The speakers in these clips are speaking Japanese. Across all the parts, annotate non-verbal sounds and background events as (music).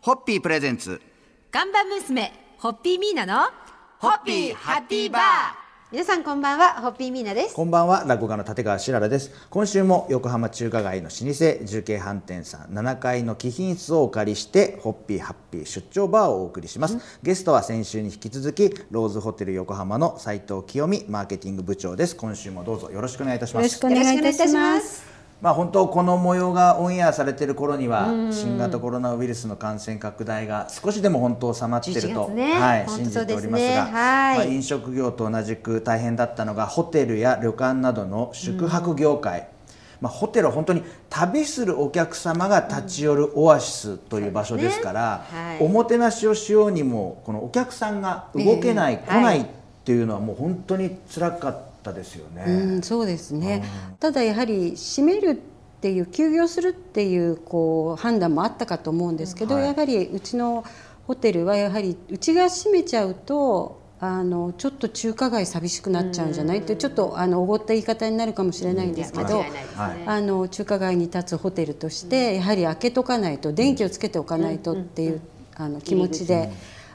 ホッピープレゼンツ看板娘ホッピーミーナのホッピーハッピーバー皆さんこんばんはホッピーミーナですこんばんは、落語家の立川しららです。今週も横浜中華街の老舗重慶飯店さん7階の貴賓室をお借りして、ホッピーハッピー出張バーをお送りします。ゲストは先週に引き続き、ローズホテル横浜の斉藤清美マーケティング部長です。今週もどうぞよろしくお願いいたします。お願いいたしますよろくお願いいたまあ、本当この模様がオンエアされてる頃には新型コロナウイルスの感染拡大が少しでも本当収まっている11と、月ねはい、本信当じそてうでおりすねますが、はいまあ、飲食業と同じく大変だったのがホテルや旅館などの宿泊業界、まあ、ホテルは本当に旅するお客様が立ち寄るオアシスという場所ですから、ねはいおもてなしをしようにもこのお客さんが動けない、ええ来ないはっていうのはもう本当に辛かったですよね。うん、そうですね。ただやはり閉めるっていう休業するっていうこう判断もあったかと思うんですけど、はいやはりうちのホテルはやはりうちが閉めちゃうと。あのちょっと中華街寂しくなっちゃうんじゃないってちょっとあのおごった言い方になるかもしれないんですけいどや間違いないですね、はいあの中華街に立つホテルとして、やはり開けとかないと電気をつけておかないとっていう、あの気持ちで、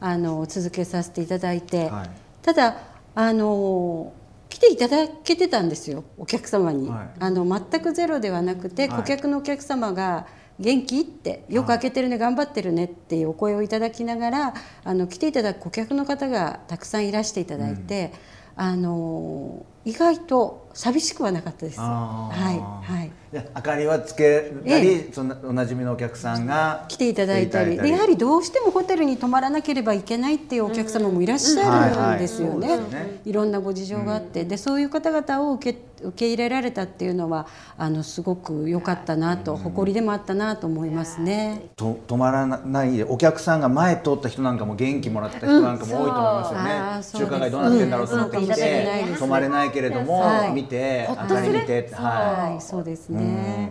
あの続けさせていただいて、はいただあの来ていただけてたんですよお客様に、はいあの全くゼロではなくて、はい顧客のお客様が「元気?」って「よく開けてるね、頑張ってるね」っていうお声をいただきながらあの来ていただく顧客の方がたくさんいらしていただいて、あの意外と寂しくはなかったです。あはーい、はいで明かりはつけたり、えそんなおなじみのお客さんが来ていただいた来りでていやたはりどうしてもホテルに泊まらなければいけないっていうお客様もいらっしゃるんですよはいねはいそうですね。いろんなご事情があって、でそういう方々を受け受け入れられたっていうのはあのすごく良かったなと、誇りでもあったなと思いますね。と止まらないでお客さんが前通った人なんかも元気もらった人なんかも多いと思いますよね、うんそう中華街どうなってんだろうと思ってうん来そうかもしれてないです、ね泊まれないけれども、はい見てほ明っとすかりる見てって、ははい、そうですね。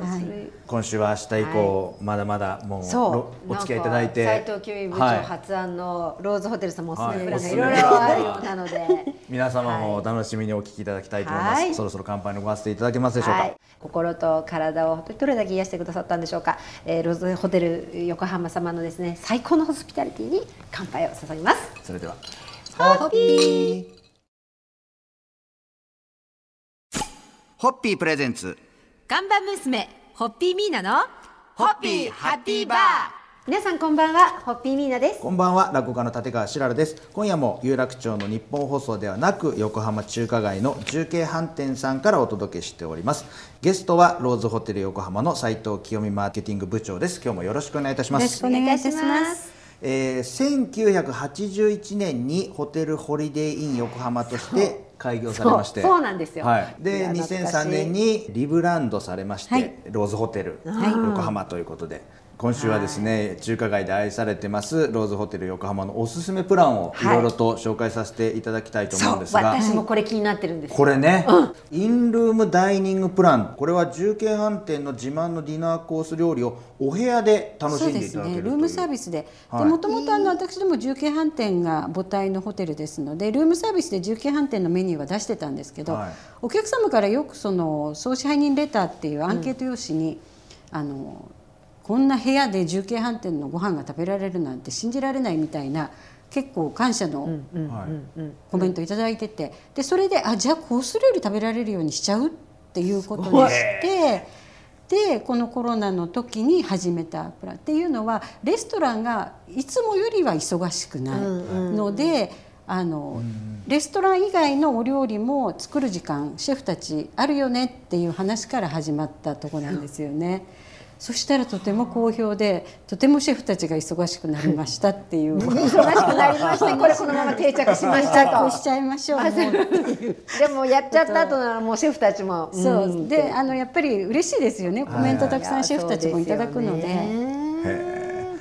はい。い、今週は明日以降、まだまだもうそろうお付き合いいただいてなんか斉藤清美部長発案のローズホテルさんもおすすめプランがはいいろいろあるようなので皆様もお楽しみにお聞きいただきたいと思います、はいそろそろ乾杯のごわせていただけますでしょうか、はい、心と体を本当にどれだけ癒してくださったんでしょうか、えーローズホテル横浜様のですね最高のホスピタリティに乾杯を注ぎますそれではハッピーホッピープレゼンツ看板娘ホッピーミーナのホッピーハッピーバー皆さんこんばんはホッピーミーナですこんばんは落語家の立川しららです今夜も有楽町の日本放送ではなく横浜中華街の重慶飯店さんからお届けしておりますゲストはローズホテル横浜の斉藤清美マーケティング部長です今日もよろしくお願いいたしますよろしくお願いいたしますお願いいたしますえー1981年にホテルホリデーイン横浜として開業されましてそうそうなんですよはい、でいや懐かしい2003年にリブランドされまして、はいローズホテル横浜ということで今週はですね、中華街で愛されてますローズホテル横浜のおすすめプランをいはいろいろと紹介させていただきたいと思うんですが、私もこれ気になってるんですよこれね、インルームダイニングプランこれは重慶飯店の自慢のディナーコース料理をお部屋で楽しそうんででいすただけね。るルとーいムうサービスで、はいでもともとあの私ども重慶飯店が母体のホテルですので、ルームサービスで重慶飯店のメニューは出してたんですけど、はいお客様からよくその総支配人レターっていうアンケート用紙に、あのこんな部屋で重慶飯店のご飯が食べられるなんて信じられないみたいな結構感謝のはいコメントいただいてて、でそれであじゃあコース料理食べられるようにしちゃうっていうことにしてでこのコロナの時に始めたプランっていうのはレストランがいつもよりは忙しくないので。あのレストラン以外のお料理も作る時間シェフたちあるよねっていう話から始まったとこなんですよね。そしたらとても好評でとてもシェフたちが忙しくなりましたっていう忙しくなりま (laughs) してこれこのまま定着しましたこうとしちゃいましょうもうでもやっちゃった後ならもうシェフたちもそんうであのやっぱり嬉しいですよねコメントたくさんシェフたちもいただくので。いやそうすよね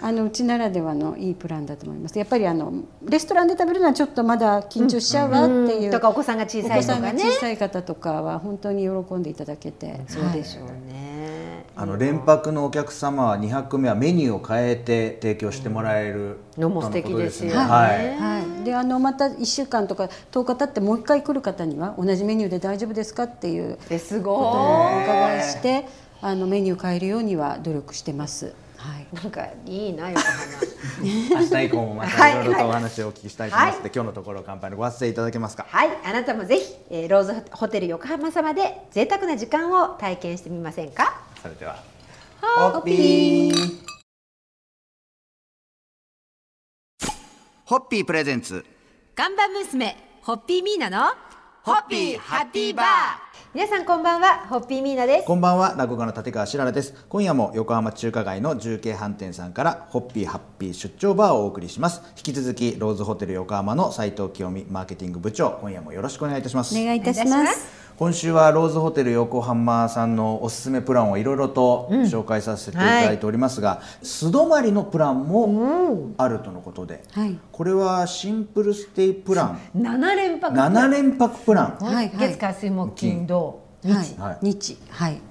あのうちならではのいいプランだと思います。やっぱりあのレストランで食べるのはちょっとまだ緊張しちゃうわっていう、とかお子さんが小おさいと子さかんがね小さい方とかは本当に喜んでいただけて、そうでしょうねあの連泊のお客様は2泊目はメニューを変えて提供してもらえるのも素敵ですよとねのことですねはいはい、であのまた1週間とか10日経ってもう1回来る方には同じメニューで大丈夫ですかっていうですことをごお伺いしてあのメニューを変えるようには努力してます。はいなんかいいな横浜明日以降もまたいろいろとお話をお聞きしたいと思いますので、今日のところ乾杯のご発声いただけますかはいあなたもぜひ、えーローズホテル横浜様で贅沢な時間を体験してみませんかそれではホッピーホッピープレゼンツガンバ娘、ホッピーミーナの、ホッピーハッピーバー皆さんこんばんはホッピーミーナですこんばんは落語家の立川しららです今夜も横浜中華街の重慶飯店さんからホッピーハッピー出張バーをお送りします引き続きローズホテル横浜の斉藤清美マーケティング部長今夜もよろしくお願いいたしますお願いいたしお願いまいたします今週はローズホテル横浜さんのおすすめプランをいろいろと紹介させていただいておりますが、素泊まりのプランもあるとのことで、はいこれはシンプルステイプラン7連泊7連泊プラン、はいはい月火水木金土日、はい日、はい、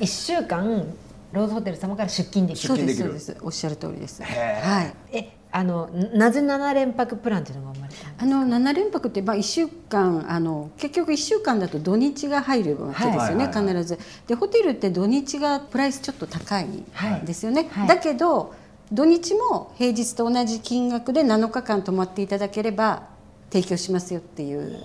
1週間ローズホテル様から出勤できそるうでできす、るそうです、おっしゃる通りです。へーはい、えあのなぜ7連泊プランっていうのが生まれたのあの七連泊って、まあ一週間、あの結局一週間だと土日が入るわけですよね、はいはいはい必ず。で、ホテルって土日がプライスちょっと高いですよね、はいだけど。土日も平日と同じ金額で7日間泊まっていただければ提供しますよっていう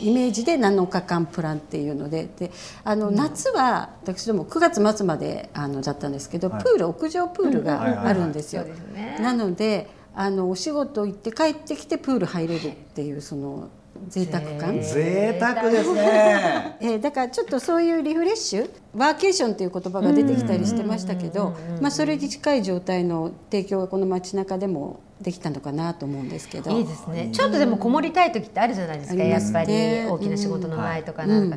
イメージで7日間プランっていうのでであの夏は私ども9月末まであのだったんですけど、はいプール屋上プールがあるんですよ。はいはいはいそうですねなのであのお仕事行って帰ってきてプール入れるっていうその贅沢感、贅沢ですねえーだからちょっとそういうリフレッシュワーケーションという言葉が出てきたりしてましたけど、まあ、それに近い状態の提供がこの街中でもできたのかなと思うんですけどいいですねちょっとでもこもりたい時ってあるじゃないですかありやまっすぱりね大きな仕事の前とかなんか、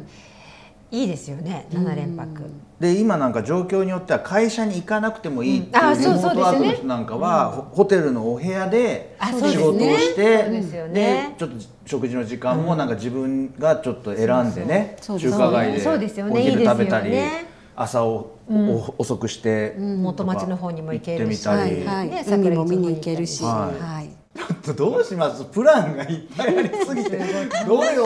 いいですよね7連泊、で今なんか状況によっては会社に行かなくてもいいっていあうリそうモートワークの人なんかは、ホホテルのお部屋であそうで仕すね事をしてそうですよねちょっと食事の時間もなんか自分がちょっと選んでね、そうそ中う華街そうですでよおね昼食べたり、いいですよね朝を、お遅くして、元町の方にも行けるし行っはてみいたり、はねい海も見に行けるし、桜井さんはいちょっとどうしますプランがいっぱいありす (laughs) ぎてどうよ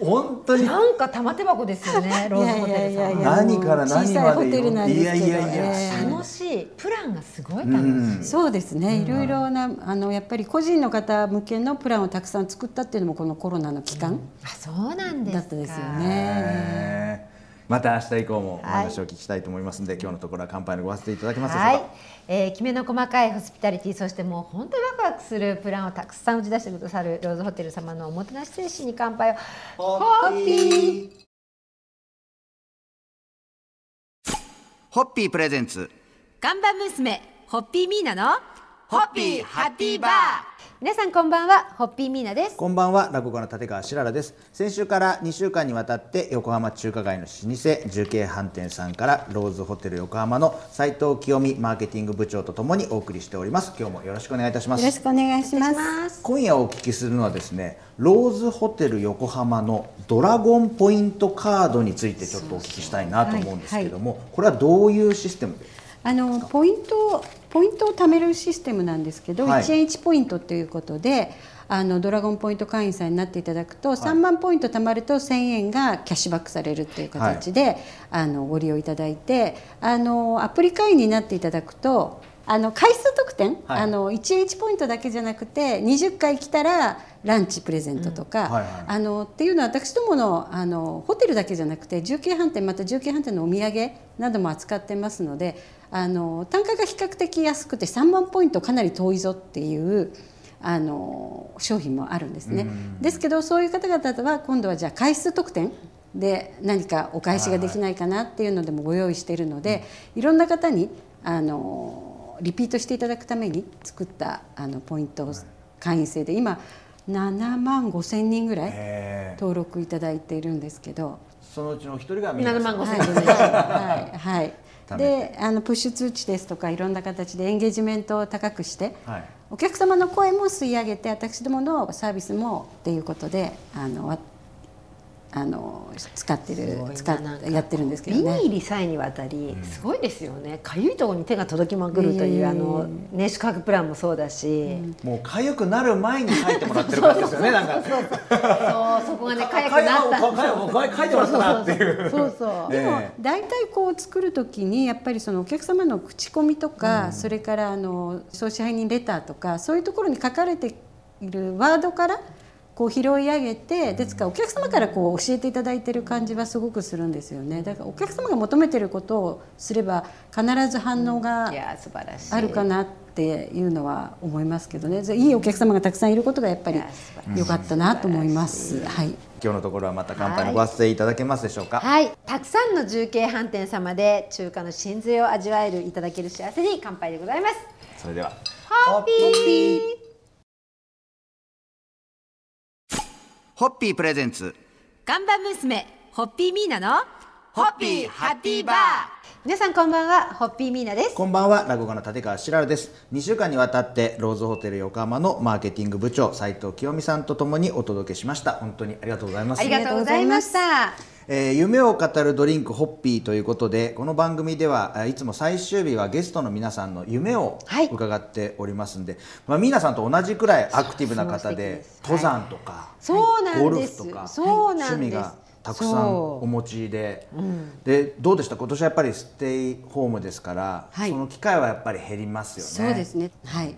本当になんか玉手箱ですよねローズホテルさんいやいやいやいや何から何まで小さいホテルなんですけどいやいやいや、ええ楽しいプランがすごい楽しい、うんそうですね、いろいろなあのやっぱり個人の方向けのプランをたくさん作ったっていうのもこのコロナの期間あそうなんですかだったですよね。ねまた明日以降もお話を聞きたいと思いますので、今日のところは乾杯のご発声いただけますでしょうはか、い、えー、きめの細かいホスピタリティそしてもう本当にワクワクするプランをたくさん打ち出してくださるローズホテル様のおもてなし精神に乾杯をホッピーホッピープレゼンツガンバ娘、ホッピーミーナの、ホッピーハッピーバー皆さんこんばんはホッピーミーナですこんばんは落語家の立川しららです先週から2週間にわたって横浜中華街の老舗重慶飯店さんからローズホテル横浜の斉藤清美マーケティング部長とともにお送りしております今日もよろしくお願いいたしまよろすしくお願いします。今夜お聞きするのはですねローズホテル横浜のドラゴンポイントカードについてちょっとお聞きしたいなと思うんですけども、これはどういうシステムであのポイントをポイントを貯めるシステムなんですけど、はい1円1ポイントということで。あのドラゴンポイント会員さんになっていただくと、3万ポイント貯まると1000円がキャッシュバックされるという形で、あのご利用いただいてあのアプリ会員になっていただくとあの回数特典、はいあの1円1ポイントだけじゃなくて20回来たらランチプレゼントとか、うんはいはいあのっていうのは私どものあのホテルだけじゃなくて重慶飯店また重慶飯店のお土産なども扱ってますのであの単価が比較的安くて3万ポイントかなり遠いぞっていうあの商品もあるんですね。ですけどそういう方々は今度はじゃあ回数特典で何かお返しができないかなっていうのでもご用意しているので、いろんな方にあのリピートしていただくために作ったあのポイントを会員制で今7万5千人ぐらいへ登録いただいているんですけど、そのうちのお一人が皆さ7ん万5はい千円はいはい貯めであのプッシュ通知ですとかいろんな形でエンゲージメントを高くして、はいお客様の声も吸い上げて私どものサービスもっていうことであのわあの使ってするごいな使っなんかやってるんですけどビねニーリさえにわたりすごいですよねかゆいところに手が届きまくるという、うんあのね宿泊プランもそうだし、もう痒くなる前に書いてもらってる感じですよねなんかそうそこがねかゆくなったかかかか書いてもらったなっていうそうそうでもええ大体こう作る時にやっぱりそのお客様の口コミとか、それからあの総支配人レターとかそういうところに書かれているワードからこう拾い上げてですからお客様からこう教えていただいてる感じはすごくするんですよねだからお客様が求めてることをすれば必ず反応いがや素晴らしいあるかなっていうのは思いますけどねいいお客様がたくさんいることがやっぱり良かったなと思います。はい今日のところはまた乾杯のご発声いただけますでしょうか、はい、たくさんの重慶飯店様で中華の真髄を味わえるいただける幸せに乾杯でございます。それではホッピー。ホッピープレゼンツガンバ娘、ホッピーミーナのホッピーハッピーバー皆さんこんばんは、ホッピーミーナです。こんばんは、落語家の立川しららです。2週間にわたって、ローズホテル横浜のマーケティング部長、斉藤清美さんとともにお届けしました。本当にありがとうございます。ありがとうございました。えー夢を語るドリンクホッピーということでこの番組ではえーいつも最終日はゲストの皆さんの夢をはい伺っておりますんで、まあ、皆さんと同じくらいアクティブな方で登山とか、そうなゴんルでフすとか、そうなんです趣味がたくさんお持ちで,、でどうでした今年はやっぱりステイホームですから、はいその機会はやっぱり減りますよね。そうですねはい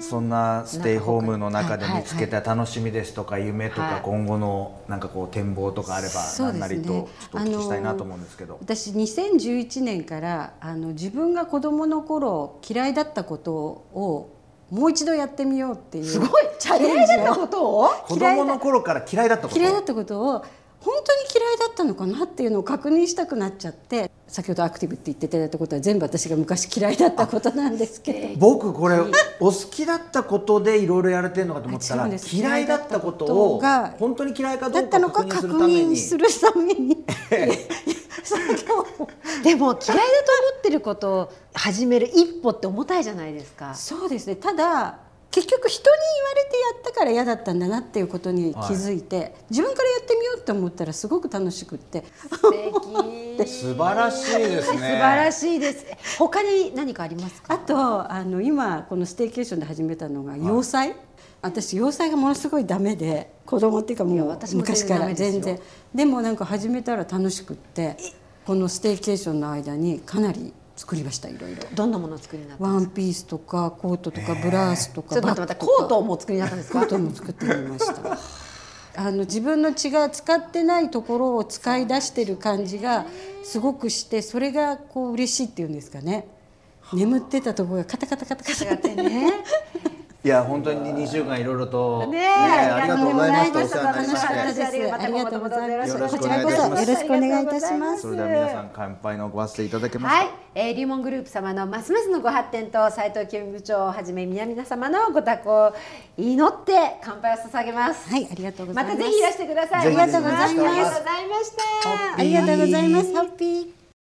そんなステイホームの中ではい見つけた楽しみですとか夢とはかい今後のなんかこう展望とかあればそなうんでなすりねとちょっとお聞きしたいなと思うんですけど私2011年からあの自分が子どもの頃嫌いだったことをもう一度やってみようっていうすごいチャレンジを嫌いだったことを子供の頃から嫌いだったこと嫌いだったことを本当に嫌いだったのかなっていうのを確認したくなっちゃって先ほどアクティブって言っていただいたことは全部私が昔嫌いだったことなんですけど僕これお好きだったことでいろいろやれてるのか (laughs) と思ったあら違うんです嫌いだったことを嫌いだったことが本当に嫌いかだどっうたかの確か認する確ため認にするためにい (laughs) やいやそれを (laughs) でも嫌いだと思ってることを始める一歩って重たいじゃないです (laughs) か。そうですねただ結局人に言われてやったから嫌だったんだなっていうことに気づいて、自分からやってみようって思ったらすごく楽し (laughs) くって素敵。素晴らしいですね素晴らしいです。他に何かありますか。あとあの今このステーケーションで始めたのが洋裁、私洋裁がものすごいダメで子供っていうかもう私も昔から全全然ダメ然でもなんか始めたら楽しくってこのステーケーションの間にかなり作りましたいろいろ。どんなものを作りになった。ワンピースとかコートとかブラウスとかちょっと待って待バってッグコーとかトもお作りになったんですスカか。ートも作ってみました。あの自分の血が使ってないところを使い出してる感じがすごくしてそれがこう嬉しいっていうんですかね眠ってたところがカタカタカタカタってねいや本当に2週間いろいろとねえねありがとうございましたおありが世とう話ごになざいりまましたてし楽しかったですありがとうございますよろしこくおち願らいいこたしますそよろしくお願いいたしますそれでは皆さん乾杯のご発声いただけますか、はい、えー、リーモングループ様のますますのご発展と斉藤清美部長をはじめ皆々様のご多幸を祈って乾杯を捧げます。はいありがとうござまいまたすぜひいらしてください。ぜひありがとうござありいますがとうございました。ありがとうございますハッピー